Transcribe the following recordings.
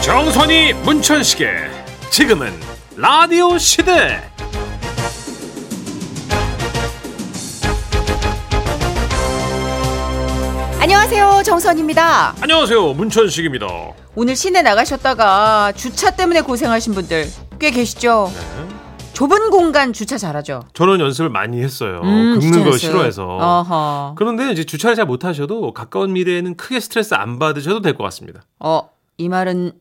정선이 문천식의 지금은 라디오 시대 안녕하세요 정선입니다 안녕하세요 문천식입니다 오늘 시내 나가셨다가 주차 때문에 고생하신 분들 꽤 계시죠 네. 좁은 공간 주차 잘하죠 저는 연습을 많이 했어요 음, 긁는 거 스트레스. 싫어해서 어허. 그런데 이제 주차를 잘 못하셔도 가까운 미래에는 크게 스트레스 안 받으셔도 될 것 같습니다 어, 이 말은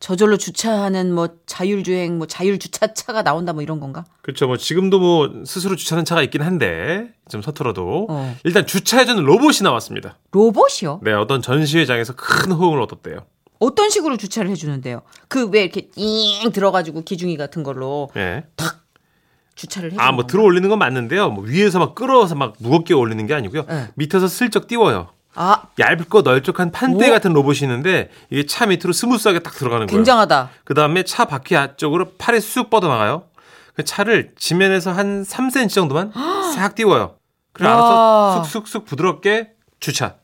저절로 주차하는 뭐 자율주행 뭐 자율주차차가 나온다 뭐 이런 건가 그렇죠 뭐 지금도 뭐 스스로 주차하는 차가 있긴 한데 좀 서툴어도 어. 일단 주차해주는 로봇이 나왔습니다 로봇이요 네 어떤 전시회장에서 큰 호응을 얻었대요 어떤 식으로 주차를 해주는데요 그 왜 이렇게 잉 들어가지고 기중이 같은 걸로 예. 주차를 해주는 아, 뭐 건가? 들어 올리는 건 맞는데요. 뭐 위에서 막 끌어서 막 무겁게 올리는 게 아니고요. 네. 밑에서 슬쩍 띄워요. 아 얇고 널쭉한 판대 오. 같은 로봇이 있는데 이게 차 밑으로 스무스하게 딱 들어가는 거예요. 굉장하다 그다음에 차 바퀴 앞쪽으로 팔이 쑥 뻗어나가요. 그 차를 지면에서 한 3cm 정도만 싹 띄워요. 그리고 와. 알아서 쑥쑥쑥 부드럽게 주차.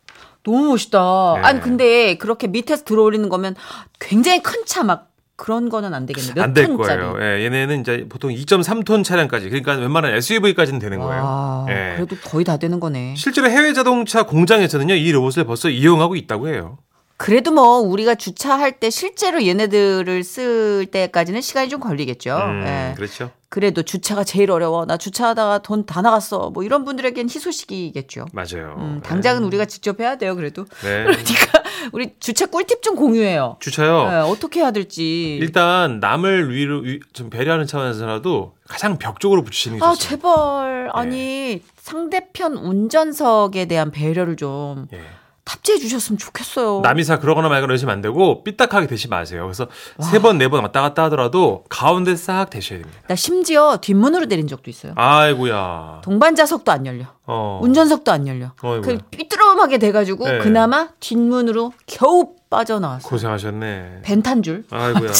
너무 멋있다. 예. 아니 근데 그렇게 밑에서 들어올리는 거면 굉장히 큰 차 막 그런 거는 안 되겠네. 몇 안 될 톤짜리. 거예요. 예, 얘네는 이제 보통 2.3톤 차량까지 그러니까 웬만한 SUV까지는 되는 거예요. 와, 예. 그래도 거의 다 되는 거네. 실제로 해외 자동차 공장에서는요 이 로봇을 벌써 이용하고 있다고 해요. 그래도 뭐 우리가 주차할 때 실제로 얘네들을 쓸 때까지는 시간이 좀 걸리겠죠. 음, 예. 그렇죠. 그래도 주차가 제일 어려워. 나 주차하다가 돈 다 나갔어. 뭐 이런 분들에겐 희소식이겠죠. 맞아요. 음, 당장은 우리가 직접 해야 돼요. 그래도. 네. 네. 그러니까 우리 주차 꿀팁 좀 공유해요. 주차요. 예, 어떻게 해야 될지. 일단 남을 위로 위- 좀 배려하는 차원에서라도 가장 벽 쪽으로 붙이시는 게 아, 좋습니다. 제발. 예. 아니, 상대편 운전석에 대한 배려를 좀 예. 탑재해 주셨으면 좋겠어요. 남이사 그러거나 말거나 이러시면 안 되고 삐딱하게 대시 마세요. 그래서 세 번 네 번 왔다 갔다 하더라도 가운데 싹 대셔야 됩니다. 나 심지어 뒷문으로 내린 적도 있어요. 아이고야. 동반자석도 안 열려. 어. 운전석도 안 열려. 어이구야. 그 삐뚤어하게 돼가지고 네. 그나마 뒷문으로 겨우 빠져나왔어. 고생하셨네. 벤탄 줄. 아이고야.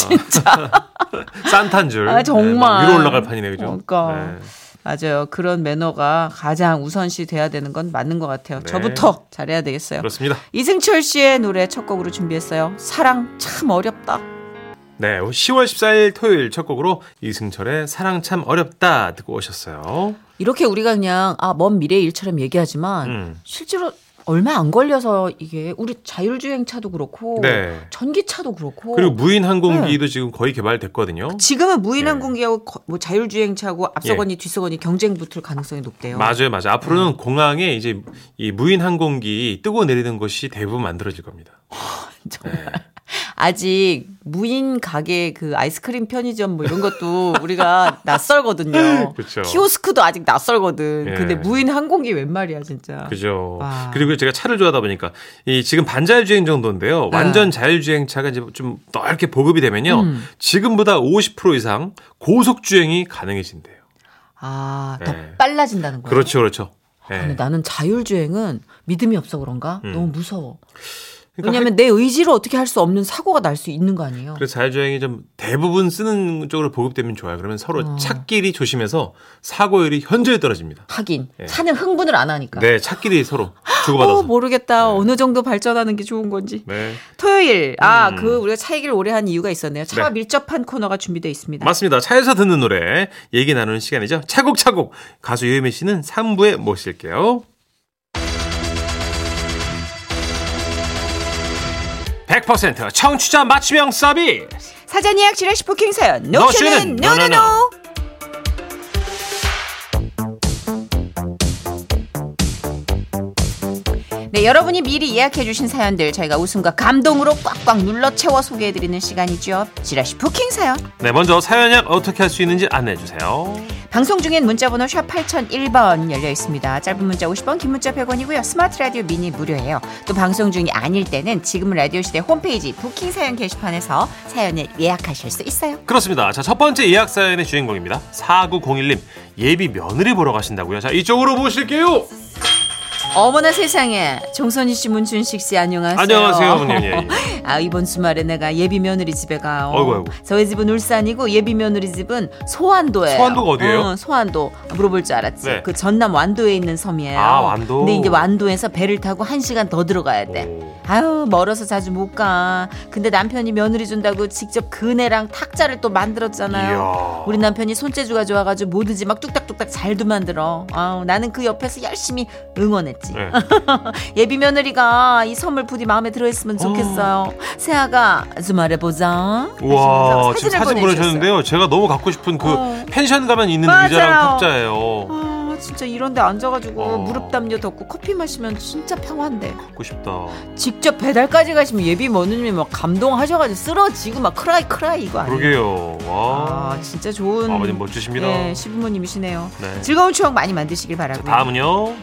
산탄 줄. 아, 정말. 네, 막 위로 올라갈 판이네 그죠? 그러니까. 네. 맞아요. 그런 매너가 가장 우선시 돼야 되는 건 맞는 것 같아요. 네. 저부터 잘해야 되겠어요. 그렇습니다. 이승철 씨의 노래 첫 곡으로 준비했어요. 사랑 참 어렵다. 네, 10월 14일 토요일 첫 곡으로 이승철의 사랑 참 어렵다 듣고 오셨어요. 이렇게 우리가 그냥 아 먼 미래 일처럼 얘기하지만 음. 실제로 얼마 안 걸려서 이게 우리 자율주행차도 그렇고 네. 전기차도 그렇고 네. 그리고 무인 항공기도 지금 거의 개발됐거든요. 지금은 예. 무인항공기하고 거- 뭐 자율주행차하고 앞서거니 뒤서거니 경쟁 붙을 가능성이 높대요. 맞아요, 맞아요. 앞으로는 네. 공항에 이제 이 무인 항공기 뜨고 내리는 것이 대부분 만들어질 겁니다. 정말. 아직 무인 가게 그 아이스크림 편의점 뭐 이런 것도 우리가 낯설거든요. 그쵸. 키오스크도 아직 낯설거든. 예. 근데 무인 항공기 웬 말이야 진짜. 그죠. 와. 그리고 제가 차를 좋아하다 보니까 이 지금 반자율주행 정도인데요. 네. 완전 자율주행차가 이제 좀 넓게 보급이 되면요. 음. 지금보다 50% 이상 고속주행이 가능해진대요. 아, 더 예. 빨라진다는 거야. 그렇죠, 그렇죠. 예. 근데 나는 자율주행은 믿음이 없어 그런가? 너무 무서워. 그러니까 왜냐면 내 의지로 어떻게 할 수 없는 사고가 날 수 있는 거 아니에요? 그래서 자율주행이 좀 대부분 쓰는 쪽으로 보급되면 좋아요. 그러면 서로 어. 차끼리 조심해서 사고율이 현저히 떨어집니다. 하긴 차는 흥분을 안 하니까. 예. 네, 차끼리 서로 어, 주고받아서. 모르겠다. 어느 정도 발전하는 게 좋은 건지. 네, 토요일. 아, 그 우리가 차 얘기를 오래 한 이유가 있었네요. 차와 음. 네. 밀접한 코너가 준비되어 있습니다. 맞습니다. 차에서 듣는 노래 얘기 나누는 시간이죠. 차곡차곡 가수 유혜미 씨는 3부에 모실게요. (100% 청취자 맞춤형 서비스) 사전 예약 지라시 부킹 사연. 노쇼는 노쇼는 노노노. 노노노. 네, 여러분이 미리 예약해 주신 사연들 저희가 웃음과 감동으로 꽉꽉 눌러 채워 소개해 드리는 시간이죠. 지라시 부킹 사연. 네 먼저 사연 예약 어떻게 할 수 있는지 안내해 주세요 방송 중엔 문자번호 샵 8001번 열려 있습니다. 짧은 문자 50원, 긴 문자 100원이고요. 스마트 라디오 미니 무료예요. 또 방송 중이 아닐 때는 지금은 라디오 시대 홈페이지 부킹 사연 게시판에서 사연을 예약하실 수 있어요. 그렇습니다. 자, 첫 번째 예약 사연의 주인공입니다. 4901님, 예비 며느리 보러 가신다고요? 자, 이쪽으로 모실게요. 어머나 세상에 정선희 씨, 문춘식 씨 안녕하세요. 안녕하세요, 어머니. 예, 예. 아 이번 주말에 내가 예비 며느리 집에 가. 아이고, 아이고. 저희 집은 울산이고 예비 며느리 집은 소안도예요. 소안도가 어디예요? 어, 소안도 물어볼 줄 알았지. 네. 그 전남 완도에 있는 섬이에요. 아, 완도. 근데 이제 완도에서 배를 타고 한 시간 더 들어가야 돼. 오. 아유 멀어서 자주 못 가. 근데 남편이 며느리 준다고 직접 그네랑 탁자를 또 만들었잖아요. 이야. 우리 남편이 손재주가 좋아가지고 뭐든지 막 뚝딱뚝딱 잘도 만들어. 아우 나는 그 옆에서 열심히 응원했지. 네. 예비 며느리가 이 선물 부디 마음에 들어있으면 좋겠어요. 세아가 주말에 보자. 우와 하시면서 지금 사진을 사진 보내주셨어요. 보내주셨는데요. 제가 너무 갖고 싶은 그 어. 펜션 가면 있는 맞아요. 의자랑 탁자예요. 아 진짜 이런데 앉아가지고 어. 무릎 담요 덮고 커피 마시면 진짜 평화인데. 갖고 싶다. 직접 배달까지 가시면 예비 며느님 막 감동하셔가지고 쓰러지고 막 크라이 크라이 이거 아니에요? 그러게요. 와 아 진짜 좋은 아버님 멋지십니다. 예, 시부모님이시네요. 네. 즐거운 추억 많이 만드시길 바라고요. 다음은요.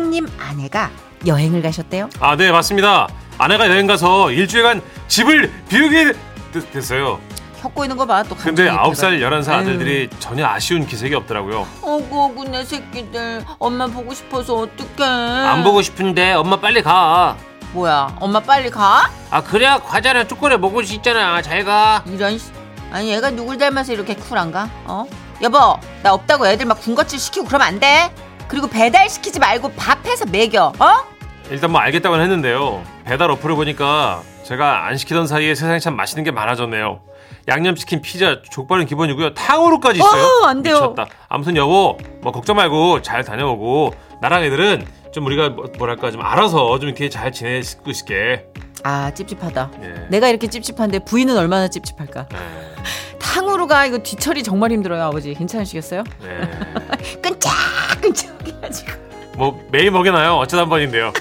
3280님 아내가 여행을 가셨대요. 아 네 맞습니다. 아내가 여행 가서 일주일간 집을 비우게 됐- 됐어요. 겪고 있는 거 봐. 또 근데 감정이 아홉 살 열한 살 아유. 아들들이 전혀 아쉬운 기색이 없더라고요. 어구 어구 내 새끼들 엄마 보고 싶어서 어떡해. 안 보고 싶은데 엄마 빨리 가. 뭐야 엄마 빨리 가? 아 그래야 과자나 초콜릿 먹을 수 있잖아. 잘 가. 이런 씨- 아니 얘가 누굴 닮아서 이렇게 쿨한가? 어? 여보 나 없다고 애들 막 군것질 시키고 그러면 안 돼. 그리고 배달 시키지 말고 밥해서 먹여. 어? 일단 뭐 알겠다고는 했는데요. 배달 어플을 보니까 제가 안 시키던 사이에 세상에 참 맛있는 게 많아졌네요. 양념치킨, 피자, 족발은 기본이고요. 탕후루까지 있어요. 어, 안 돼요. 미쳤다. 아무튼 여보, 뭐 걱정 말고 잘 다녀오고 나랑 애들은 좀 우리가 뭐- 뭐랄까 좀 알아서 좀 이렇게 잘 지내고 있을게. 아 찝찝하다. 예. 내가 이렇게 찝찝한데 부인은 얼마나 찝찝할까? 예. 탕후루가 이거 뒤처리 정말 힘들어요 아버지 괜찮으시겠어요? 예. 끈적끈적해가지고 뭐 매일 먹여놔요. 어쩌다 한 번인데요.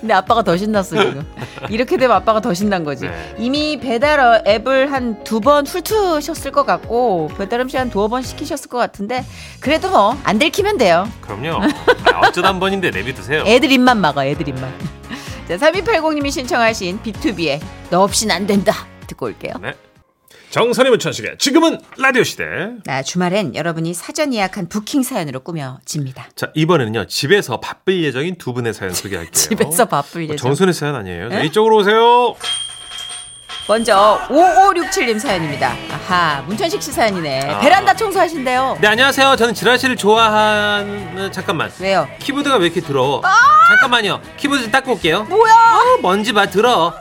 근데 아빠가 더 신났어 지금 이렇게 되면 아빠가 더 신난 거지 네. 이미 배달 어- 앱을 한 두 번 훑으셨을 것 같고 배달 음식 한 두어 번 시키셨을 것 같은데 그래도 뭐 안 들키면 돼요 그럼요. 아, 어쩌다 한 번인데 내비두세요. 애들 입만 막아 애들 입만 자 3280님이 신청하신 B2B의 너 없인 안 된다 듣고 올게요 네. 정선의 문천식의 지금은 라디오 시대. 나 아, 주말엔 여러분이 사전 예약한 부킹 사연으로 꾸며집니다 자 이번에는요 집에서 바쁠 예정인 두 분의 사연 소개할게요. 뭐 집에서 바쁠 예정 정선의 사연 아니에요. 자, 이쪽으로 오세요. 먼저 5567님 사연입니다. 아하, 문천식 씨 사연이네. 아. 베란다 청소하신대요. 네 안녕하세요. 저는 지라시를 좋아하는 잠깐만. 왜요? 키보드가 왜 이렇게 더러워? 아! 잠깐만요. 키보드 좀 닦고 올게요. 뭐야? 아, 먼지 봐 들어.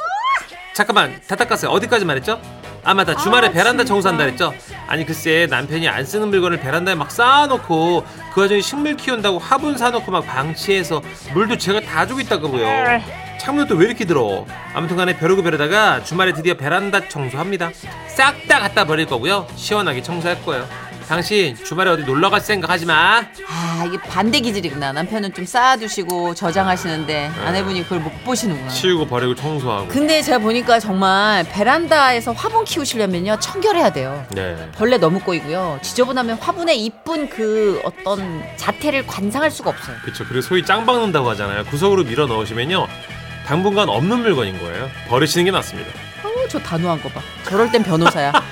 잠깐만 다 닦았어요. 어디까지 말했죠? 아 맞다 주말에 베란다 청소한다 했죠. 아니 글쎄 남편이 안 쓰는 물건을 베란다에 막 쌓아놓고 그 와중에 식물 키운다고 화분 사놓고 막 방치해서 물도 제가 다 주고 있다고요. 창문도 왜 이렇게 들어? 아무튼간에 벼르고 벼르다가 주말에 드디어 베란다 청소합니다. 싹 다 갖다 버릴 거고요. 시원하게 청소할 거예요. 당신 주말에 어디 놀러 갈 생각 하지 마. 아, 이게 반대 기질이구나. 남편은 좀 쌓아두시고 저장하시는데 아내분이 그걸 못 보시는구나. 치우고 버리고 청소하고. 근데 제가 보니까 정말 베란다에서 화분 키우시려면요 청결해야 돼요. 네. 벌레 너무 꼬이고요. 지저분하면 화분의 이쁜 그 어떤 자태를 관상할 수가 없어요. 그렇죠. 그리고 소위 짱 박는다고 하잖아요. 구석으로 밀어 넣으시면요. 당분간 없는 물건인 거예요. 버리시는 게 낫습니다. 어우, 저 단호한 거 봐. 저럴 땐 변호사야.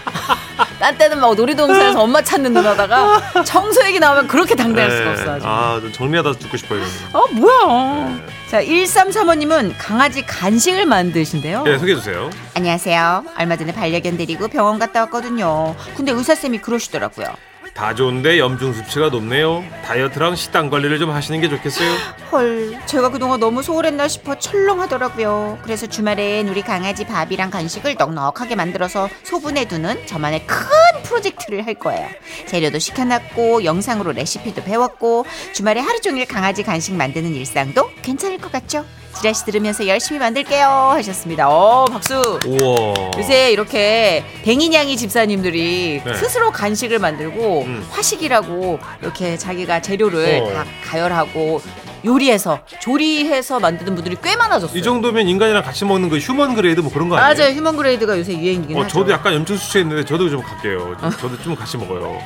딴 때는 막 놀이동산에서 엄마 찾는 눈 하다가 청소 얘기 나오면 그렇게 당당할 수가 없어. 아주. 아, 좀 정리하다 듣고 싶어요. 이거는. 어, 뭐야. 자, 1335님은 강아지 간식을 만드신대요. 네, 소개해 주세요. 안녕하세요. 얼마 전에 반려견 데리고 병원 갔다 왔거든요. 근데 의사쌤이 그러시더라고요. 다 좋은데 염중 수치가 높네요. 다이어트랑 식단 관리를 좀 하시는 게 좋겠어요. 헐, 제가 그동안 너무 소홀했나 싶어 철렁하더라고요. 그래서 주말엔 우리 강아지 밥이랑 간식을 넉넉하게 만들어서 소분해두는 저만의 큰 프로젝트를 할 거예요. 재료도 시켜놨고, 영상으로 레시피도 배웠고, 주말에 하루 종일 강아지 간식 만드는 일상도 괜찮을 것 같죠? 지라시 들으면서 열심히 만들게요. 하셨습니다. 어, 박수! 우와. 요새 이렇게 댕이냥이 집사님들이 어. 네. 스스로 간식을 만들고 음. 화식이라고 이렇게 자기가 재료를 어. 다 가열하고 요리해서 조리해서 만드는 분들이 꽤 많아졌어요. 이 정도면 인간이랑 같이 먹는 거 휴먼 그레이드 뭐 그런 거 아니에요? 맞아요. 휴먼 그레이드가 요새 유행이긴 어, 하죠. 어. 저도 약간 염증 수치했는데 저도 좀 갈게요. 저도 좀 같이 먹어요.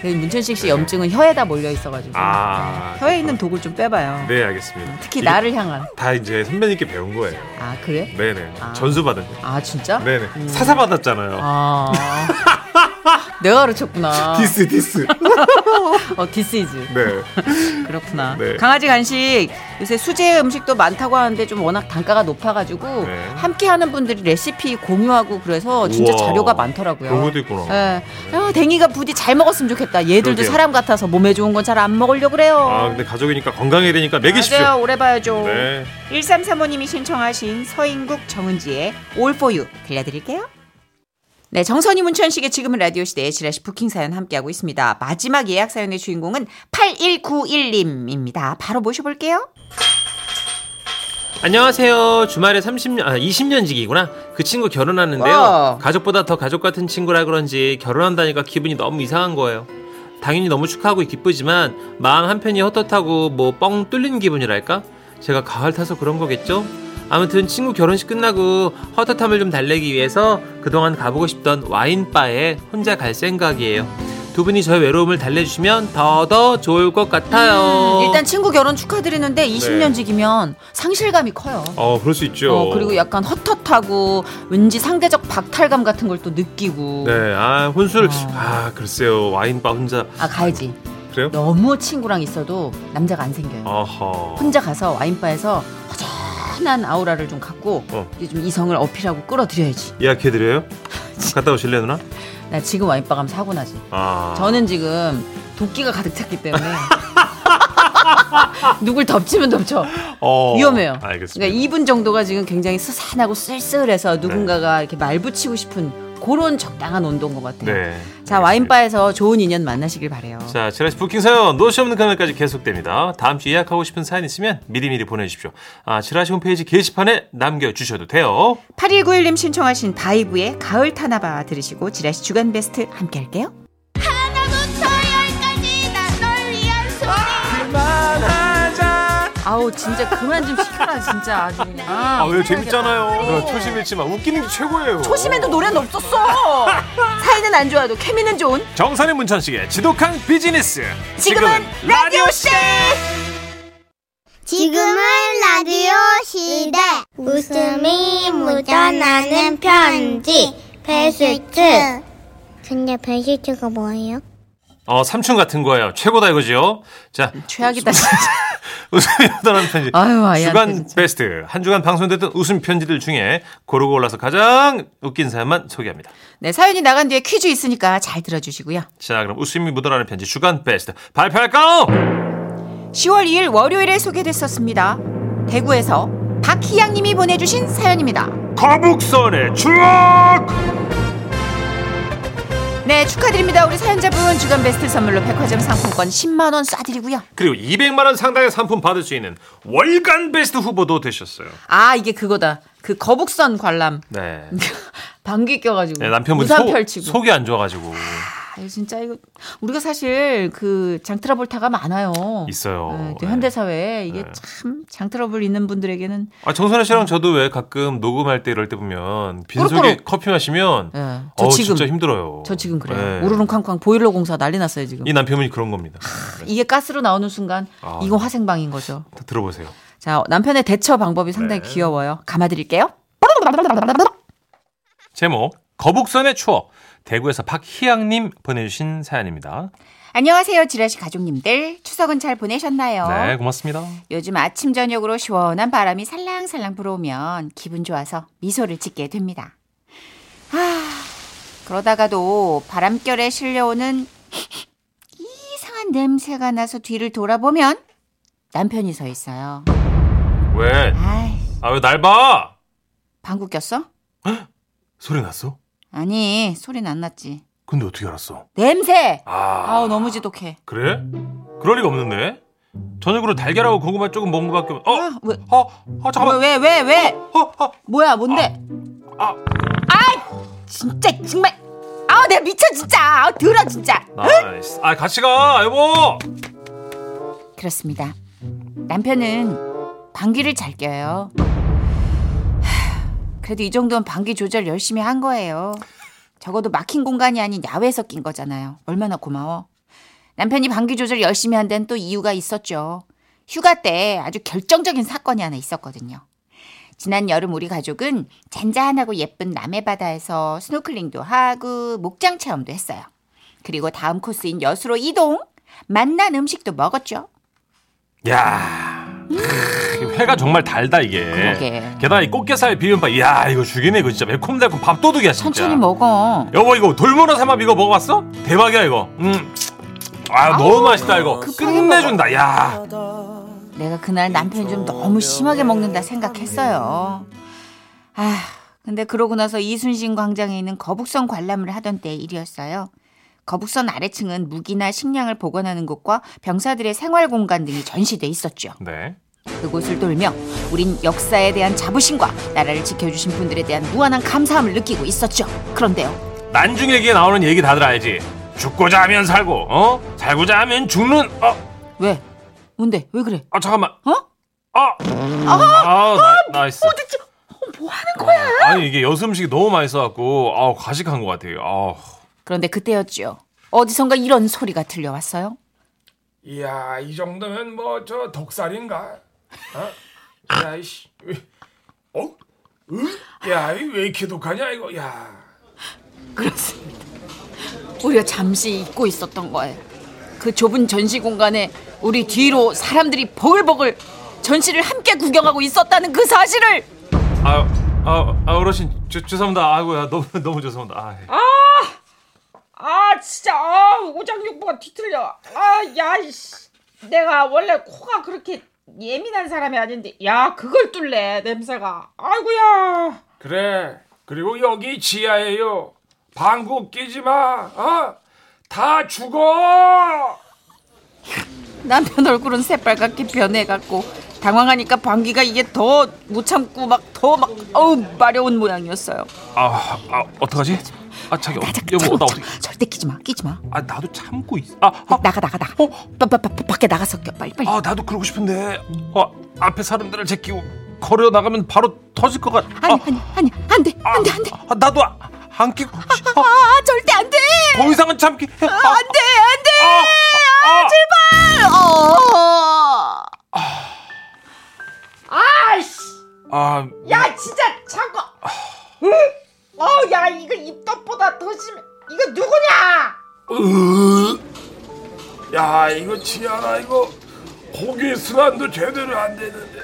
그 문천식 씨 염증은 혀에다 몰려 있어가지고 네. 아. 혀에 있는 독을 좀 빼봐요. 네, 알겠습니다. 특히 이게 나를 향한. 다 이제 선배님께 배운 거예요. 아 그래? 네네. 아. 전수 받은 거. 아 진짜? 네네. 사사 받았잖아요. 아. 내가 가르쳤구나. 디스 디스. 어, 디스이즈. 네. 그렇구나. 네. 강아지 간식 요새 수제 음식도 많다고 하는데 좀 워낙 단가가 높아가지고 네. 함께하는 분들이 레시피 공유하고 그래서 진짜 우와. 자료가 많더라고요. 그런 것도 있구나. 네. 예. 아, 댕이가 부디 잘 먹었으면 좋겠다. 얘들도 그러게요. 사람 같아서 몸에 좋은 건 잘 안 먹으려 그래요. 아 근데 가족이니까 건강해야 되니까 먹이십시오. 맞아요. 오래 봐야죠. 네. 1335님이 신청하신 서인국 정은지의 All For You 들려드릴게요. 네, 정선이 문천식의 지금은 라디오 시대의 지라시 부킹 사연 함께하고 있습니다. 마지막 예약 사연의 주인공은 8191님입니다. 바로 모셔볼게요. 안녕하세요. 주말에 30년, 아, 20년 지기구나. 그 친구 결혼하는데요. 와우. 가족보다 더 가족 같은 친구라 그런지 결혼한다니까 기분이 너무 이상한 거예요. 당연히 너무 축하하고 기쁘지만 마음 한편이 헛헛하고 뭐 뻥 뚫린 기분이랄까? 제가 가을 타서 그런 거겠죠? 아무튼 친구 결혼식 끝나고 헛헛함을 좀 달래기 위해서 그동안 가보고 싶던 와인바에 혼자 갈 생각이에요. 두 분이 저의 외로움을 달래주시면 더더 좋을 것 어. 같아요. 음, 일단 친구 결혼 축하드리는데 20년 지기면 상실감이 커요. 어 네. 그럴 수 있죠. 어, 그리고 약간 헛헛하고 왠지 상대적 박탈감 같은 걸 또 느끼고. 네. 아 혼술. 아. 아 글쎄요. 와인바 혼자 아, 가야지. 그래요? 너무 친구랑 있어도 남자가 안 생겨요. 아하. 혼자 가서 와인바에서 허전한 아우라를 좀 갖고 어. 이제 좀 이성을 어필하고 끌어들여야지. 예약해드려요? 갔다 오실래 누나? 나 지금 와인바 가면 사고 나지. 아. 저는 지금 도끼가 가득 찼기 때문에 누굴 덮치면 덮쳐. 어, 위험해요. 알겠습니다. 그러니까 이분 정도가 지금 굉장히 스산하고 쓸쓸해서 누군가가 이렇게 말 붙이고 싶은 그런 적당한 온도인 것 같아요. 네. 자 와인바에서 좋은 인연 만나시길 바래요. 자, 지라시 부킹 사연 노시 없는 그날까지 계속됩니다. 다음 주 예약하고 싶은 사연 있으면 미리미리 보내주십시오. 아, 지라시 홈페이지 게시판에 남겨주셔도 돼요. 8191님 신청하신 바이브의 가을 타나바 들으시고 지라시 주간 베스트 함께 할게요. 하나부터 열까지 다 널 위한 소리 아우 진짜 그만 좀 시켜라 진짜 아주 그냥. 아, 왜 재밌잖아요. 초심 잃지만 웃기는 게 최고예요. 초심에도 노래는 없었어 사이는 안 좋아도 케미는 좋은 정선의 문천식의 지독한 비즈니스. 지금은 라디오 씨 지금은 라디오 시대 웃음이 묻어나는 편지 베스트 근데 베스트가 뭐예요? 어, 삼촌 같은 거예요. 최고다 이거지요. 자, 최악이다 진짜 웃음이 묻어나는 편지. 아유, 아이한테 주간 진짜. 베스트. 한 주간 방송됐던 웃음 편지들 중에 고르고 올라서 가장 웃긴 사연만 소개합니다. 네 사연이 나간 뒤에 퀴즈 있으니까 잘 들어주시고요 자, 그럼 웃음이 묻어나는 편지 주간 베스트 발표할까요? 10월 2일 월요일에 소개됐었습니다 대구에서 박희양님이 보내주신 사연입니다 거북선의 추억! 네 축하드립니다 우리 사연자분 주간 베스트 선물로 백화점 상품권 10만원 쏴드리고요 그리고 200만 원 상당의 상품 받을 수 있는 월간 베스트 후보도 되셨어요. 아 이게 그거다 그 거북선 관람 네. 방귀 껴가지고 네, 남편분이 우산 속- 펼치고 속이 안 좋아가지고 아유 진짜 이거 우리가 사실 그 장트러블타가 많아요. 있어요. 네, 네. 또 현대 사회에 이게 참 장트러블 있는 분들에게는 아, 정선아 씨랑 저도 왜 가끔 녹음할 때 이럴 때 보면 빈속에 꼬르륵. 커피 마시면 예, 저 어우 지금 진짜 힘들어요. 저 지금 그래요. 네. 오르릉 쾅쾅 보일러 공사 난리 났어요 지금. 이 남편분이 그런 겁니다. 이게 가스로 나오는 순간 아. 이거 화생방인 거죠. 다 들어보세요. 자 남편의 대처 방법이 상당히 네. 귀여워요. 감아드릴게요. 제목 거북선의 추억 대구에서 박희양님 보내주신 사연입니다. 안녕하세요 지라시 가족님들 추석은 잘 보내셨나요? 네 고맙습니다. 요즘 아침 저녁으로 시원한 바람이 살랑살랑 불어오면 기분 좋아서 미소를 짓게 됩니다. 아, 그러다가도 바람결에 실려오는 이상한 냄새가 나서 뒤를 돌아보면 남편이 서 있어요. 왜? 아이, 아 왜 날 봐? 방구 꼈어? 소리 났어? 아니, 소리는 안 났지. 근데 어떻게 알았어? 냄새! 아 아우, 너무 지독해. 그래? 그럴 리가 없는데. 저녁으로 달걀하고 고구마 조금 먹은 것밖에 없. 어, 아, 왜, 어, 아 잠깐만. 왜, 왜, 왜? 어, 어. 뭐야, 뭔데? 아. 아이, 진짜, 정말. 아우, 내가 미쳐, 진짜. 아우, 들어, 진짜. 나이스. 아 같이 가, 여보. 그렇습니다. 남편은 방귀를 잘 껴요. 하, 그래도 이 정도는 방귀 조절 열심히 한 거예요. 적어도 막힌 공간이 아닌 야외에서 낀 거잖아요. 얼마나 고마워. 남편이 방귀 조절 열심히 한 데는 또 이유가 있었죠. 휴가 때 아주 결정적인 사건이 하나 있었거든요. 지난 여름 우리 가족은 잔잔하고 예쁜 남해바다에서 스노클링도 하고 목장 체험도 했어요. 그리고 다음 코스인 여수로 이동. 맛난 음식도 먹었죠. 야 크, 회가 정말 달다 이게. 음. 그러게. 게다가 이 꽃게살 비빔밥, 이야 이거 죽이네 이거 진짜 매콤달콤 밥도둑이야 진짜. 천천히 먹어. 여보 이거 돌문어 삼합 이거 먹어봤어? 대박이야 이거. 음. 아 너무 맛있다 이거. 급하게 끝내준다. 야. 내가 그날 남편이 좀 너무 심하게 먹는다 생각했어요. 아, 근데 그러고 나서 이순신 광장에 있는 거북선 관람을 하던 때 일이었어요. 거북선 아래층은 무기나 식량을 보관하는 곳과 병사들의 생활 공간 등이 전시돼 있었죠. 네. 그곳을 돌며 우린 역사에 대한 자부심과 나라를 지켜주신 분들에 대한 무한한 감사함을 느끼고 있었죠. 그런데요. 난중일기에 나오는 얘기 다들 알지. 죽고자 하면 살고, 어? 살고자 하면 죽는. 어? 왜? 뭔데? 왜 그래? 아 잠깐만. 어? 아. 아, 나, 나이스. 어, 뭐 하는 거야? 아니 이게 여수 음식이 너무 맛있어갖고 아 과식한 것 같아요. 아. 그런데 그때였죠. 어디선가 이런 소리가 들려왔어요. 이야 이 정도면 뭐 저 독살인가? 어? 야이씨, 어? 으? 야왜 이렇게 독하냐 이거? 야. 그렇습니다. 우리가 잠시 잊고 있었던 거예요. 그 좁은 전시 공간에 우리 뒤로 사람들이 버글버글 전시를 함께 구경하고 있었다는 그 사실을 아, 아, 아 어르신 죄, 죄송합니다. 아이고야 너무 너무 죄송합니다. 아, 예. 아 진짜 아 오장육부가 뒤틀려 아야 내가 원래 코가 그렇게 예민한 사람이 아닌데 야 그걸 뚫래 냄새가 아이고야 그래. 그리고 여기 지하예요. 방구 끼지 마. 어? 다 죽어. 남편 얼굴은 새빨갛게 변해갖고 당황하니까 방귀가 이게 더 못 참고 막 더 막 어우 마려운 모양이었어요 아, 아 어떡하지? 아 자기 어, 여보 나 어떻게? 절대 끼지 마, 끼지 마. 아 나도 참고 있. 아, 아, 나가 나가 나가. 바, 바, 바, 밖에 나가서 껴, 빨리 빨리. 아 나도 그러고 싶은데. 아 앞에 사람들을 제끼고 걸어 나가면 바로 터질 것 같. 아니 아, 아니 아니 안돼 안돼 안돼. 아, 나도 아, 안 끼고. 아, 아 절대 안돼 더 이상은 참기. 아, 안돼 안돼. 아, 아, 아, 어. 아씨 아, 야 진짜 참고 어야 이거 입덧보다 더 심해 이거 누구냐 야 이거 지하라 이거 고기 수란도 제대로 안 되는데.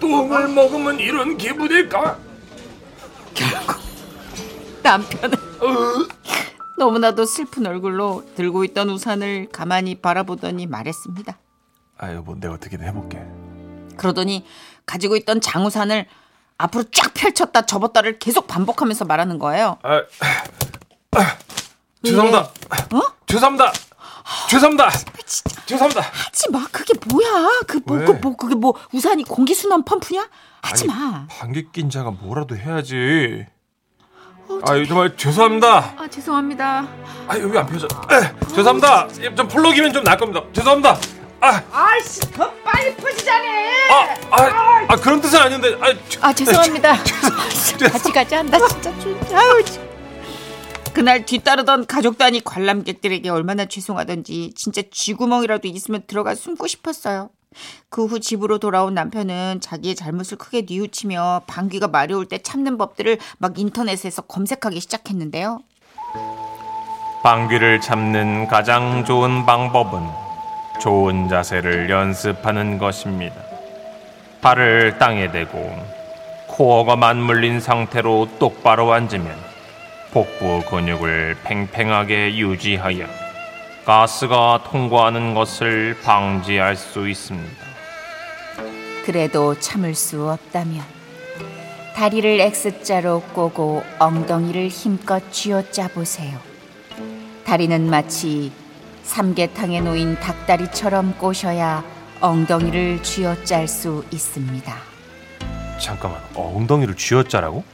똥을 먹으면 이런 기분일까? 남편은 어? 너무나도 슬픈 얼굴로 들고 있던 우산을 가만히 바라보더니 말했습니다. 아 여보 내가 어떻게든 해볼게. 그러더니 가지고 있던 장우산을 앞으로 쫙 펼쳤다 접었다를 계속 반복하면서 말하는 거예요. 아, 아, 죄송합니다. 어? 죄송합니다. 죄송합니다. 죄송합니다. 하지 마. 그게 뭐야? 그 뭐 왜? 그 뭐 그게 뭐 우산이 공기 순환 펌프냐? 하지 아니, 마. 방귀 낀 자가 뭐라도 해야지. 아, 정말 죄송합니다. 아 죄송합니다. 아, 여기 안 펴져. 에, 죄송합니다. 예, 좀 플러기면 좀 나을 겁니다. 죄송합니다. 아, 아씨 더 빨리 푸시자네. 아, 아, 아 그런 뜻은 아닌데. 아, 죄- 아 죄송합니다. 같이 가자 한다 진짜 아유. 진- 그날 뒤따르던 가족 단위 관람객들에게 얼마나 죄송하던지 진짜 쥐구멍이라도 있으면 들어가 숨고 싶었어요. 그 후 집으로 돌아온 남편은 자기의 잘못을 크게 뉘우치며 방귀가 마려울 때 참는 법들을 막 인터넷에서 검색하기 시작했는데요. 방귀를 참는 가장 좋은 방법은 좋은 자세를 연습하는 것입니다. 발을 땅에 대고 코어가 맞물린 상태로 똑바로 앉으면 복부 근육을 팽팽하게 유지하여 가스가 통과하는 것을 방지할 수 있습니다. 그래도 참을 수 없다면 다리를 X자로 꼬고 엉덩이를 힘껏 쥐어짜 보세요. 다리는 마치 삼계탕에 놓인 닭다리처럼 꼬셔야 엉덩이를 쥐어짤 수 있습니다. 잠깐만, 어, 엉덩이를 쥐어짜라고?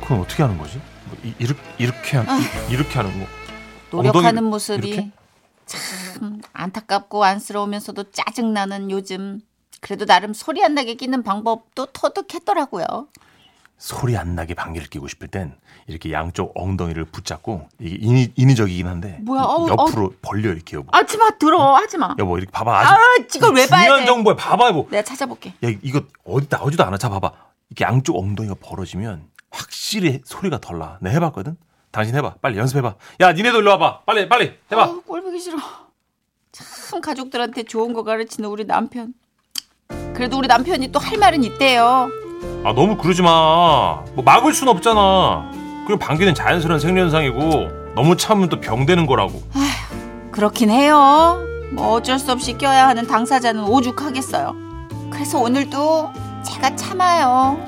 그건 어떻게 하는 거지? 뭐, 이렇게 이렇게 이렇게 하는 거? 아. 노력하는 엉덩이를 모습이 이렇게? 참 안타깝고 안쓰러우면서도 짜증나는 요즘 그래도 나름 소리 안 나게 끼는 방법도 터득했더라고요. 소리 안 나게 방귀를 끼고 싶을 땐 이렇게 양쪽 엉덩이를 붙잡고 이게 인위, 인위적이긴 한데 뭐야, 어우, 아, 옆으로 벌려 이렇게 여보. 하지마 들어 하지마. 여보 이렇게 봐봐. 아주 아 이걸 왜 봐야 중요한 돼? 정보야. 봐봐 여보. 내가 찾아볼게. 야 이거 어디 나오지도 않아. 자 봐봐. 이렇게 양쪽 엉덩이가 벌어지면 확실히 소리가 덜 나. 내가 해봤거든. 당신 해봐. 빨리 연습해봐. 야 니네도 일로 와봐. 빨리 빨리 해봐. 아우 꼴보기 싫어. 참 가족들한테 좋은 거 가르치는 우리 남편. 그래도 우리 남편이 또 할 말은 있대요. 아 너무 그러지 마. 뭐 막을 순 없잖아. 그리고 방귀는 자연스러운 생리현상이고 너무 참으면 또 병되는 거라고. 그렇긴 해요. 뭐 어쩔 수 없이 껴야 하는 당사자는 오죽하겠어요. 그래서 오늘도 제가 참아요.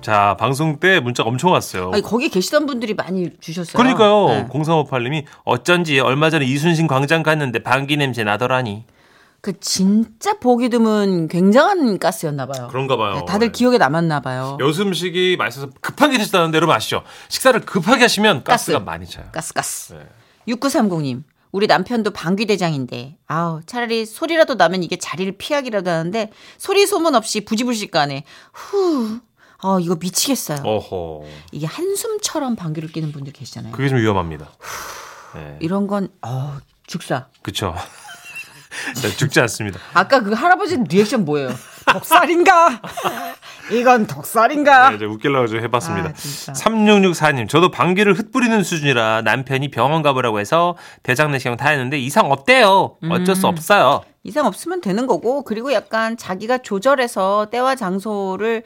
자, 방송 때 문자가 엄청 왔어요. 아니, 거기 계시던 분들이 많이 주셨어요. 그러니까요. 네. 0358님이 어쩐지 얼마 전에 이순신 광장 갔는데 방귀 냄새 나더라니. 그 진짜 보기 드문 굉장한 가스였나 봐요. 그런가 봐요. 네, 다들 기억에 남았나 봐요. 여수 음식이 맛있어서 급하게 드시다는데 여러분 아시죠? 식사를 급하게 하시면 가스가 가스. 많이 차요. 가스 가스. 6930님. 우리 남편도 방귀 대장인데 아우 차라리 소리라도 나면 이게 자리를 피하기라도 하는데 소리 소문 없이 부지불식 간에 후. 아 이거 미치겠어요. 어허. 이게 한숨처럼 방귀를 뀌는 분들 계시잖아요. 그게 좀 위험합니다. 이런 건어 죽사. 그쵸? 네, 죽지 않습니다. 아까 그 할아버지 리액션 뭐예요? 덕살인가? 네, 이건 덕살인가? 이제 웃기려고 좀 해봤습니다. 아, 진짜. 3664님, 저도 방귀를 흩뿌리는 수준이라 남편이 병원 가보라고 해서 대장 내시경 다 했는데 이상 없대요. 어쩔 음. 수 없어요. 이상 없으면 되는 거고 그리고 약간 자기가 조절해서 때와 장소를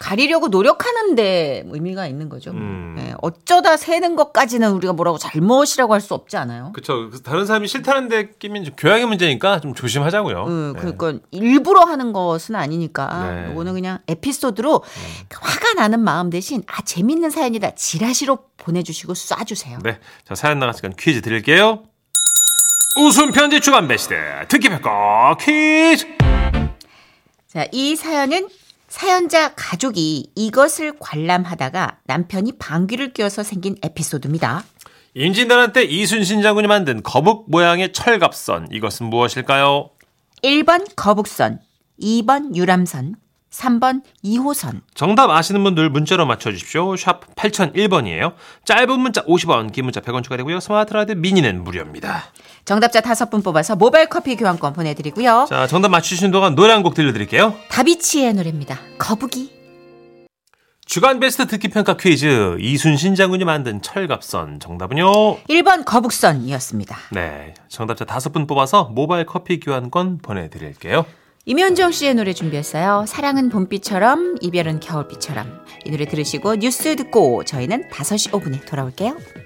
가리려고 노력하는데 뭐 의미가 있는 거죠. 네, 어쩌다 새는 것까지는 우리가 뭐라고 잘못이라고 할 수 없지 않아요. 그쵸. 다른 사람이 싫다는데 끼면 이제 교양의 문제니까 좀 조심하자고요. 음, 그러니까 일부러 하는 것은 아니니까 네. 음. 이거는 그냥 에피소드로 화가 나는 마음 대신 아 재밌는 사연이다 지라시로 보내주시고 쏴주세요. 네. 자, 사연 나갔으니까 퀴즈 드릴게요. 웃음 편지 주간 배시대 듣기 평가 퀴즈. 자, 이 사연은 사연자 가족이 이것을 관람하다가 남편이 방귀를 뀌어서 생긴 에피소드입니다. 임진왜란 때 이순신 장군이 만든 거북 모양의 철갑선 이것은 무엇일까요? 1번 거북선, 2번 유람선, 3번 2호선. 정답 아시는 분들 문자로 맞춰주십시오. 샵 8001번이에요. 짧은 문자 50원, 긴 문자 100원 추가되고요. 스마트 라디오 미니는 무료입니다. 정답자 5분 뽑아서 모바일 커피 교환권 보내드리고요. 자, 정답 맞추신 동안 노래 한 곡 들려드릴게요. 다비치의 노래입니다. 거북이. 주간 베스트 듣기 평가 퀴즈. 이순신 장군이 만든 철갑선. 정답은요? 1번 거북선이었습니다. 네. 정답자 5분 뽑아서 모바일 커피 교환권 보내드릴게요. 임현정 씨의 노래 준비했어요. 사랑은 봄비처럼, 이별은 겨울비처럼. 이 노래 들으시고 뉴스 듣고 저희는 5시 5분에 돌아올게요.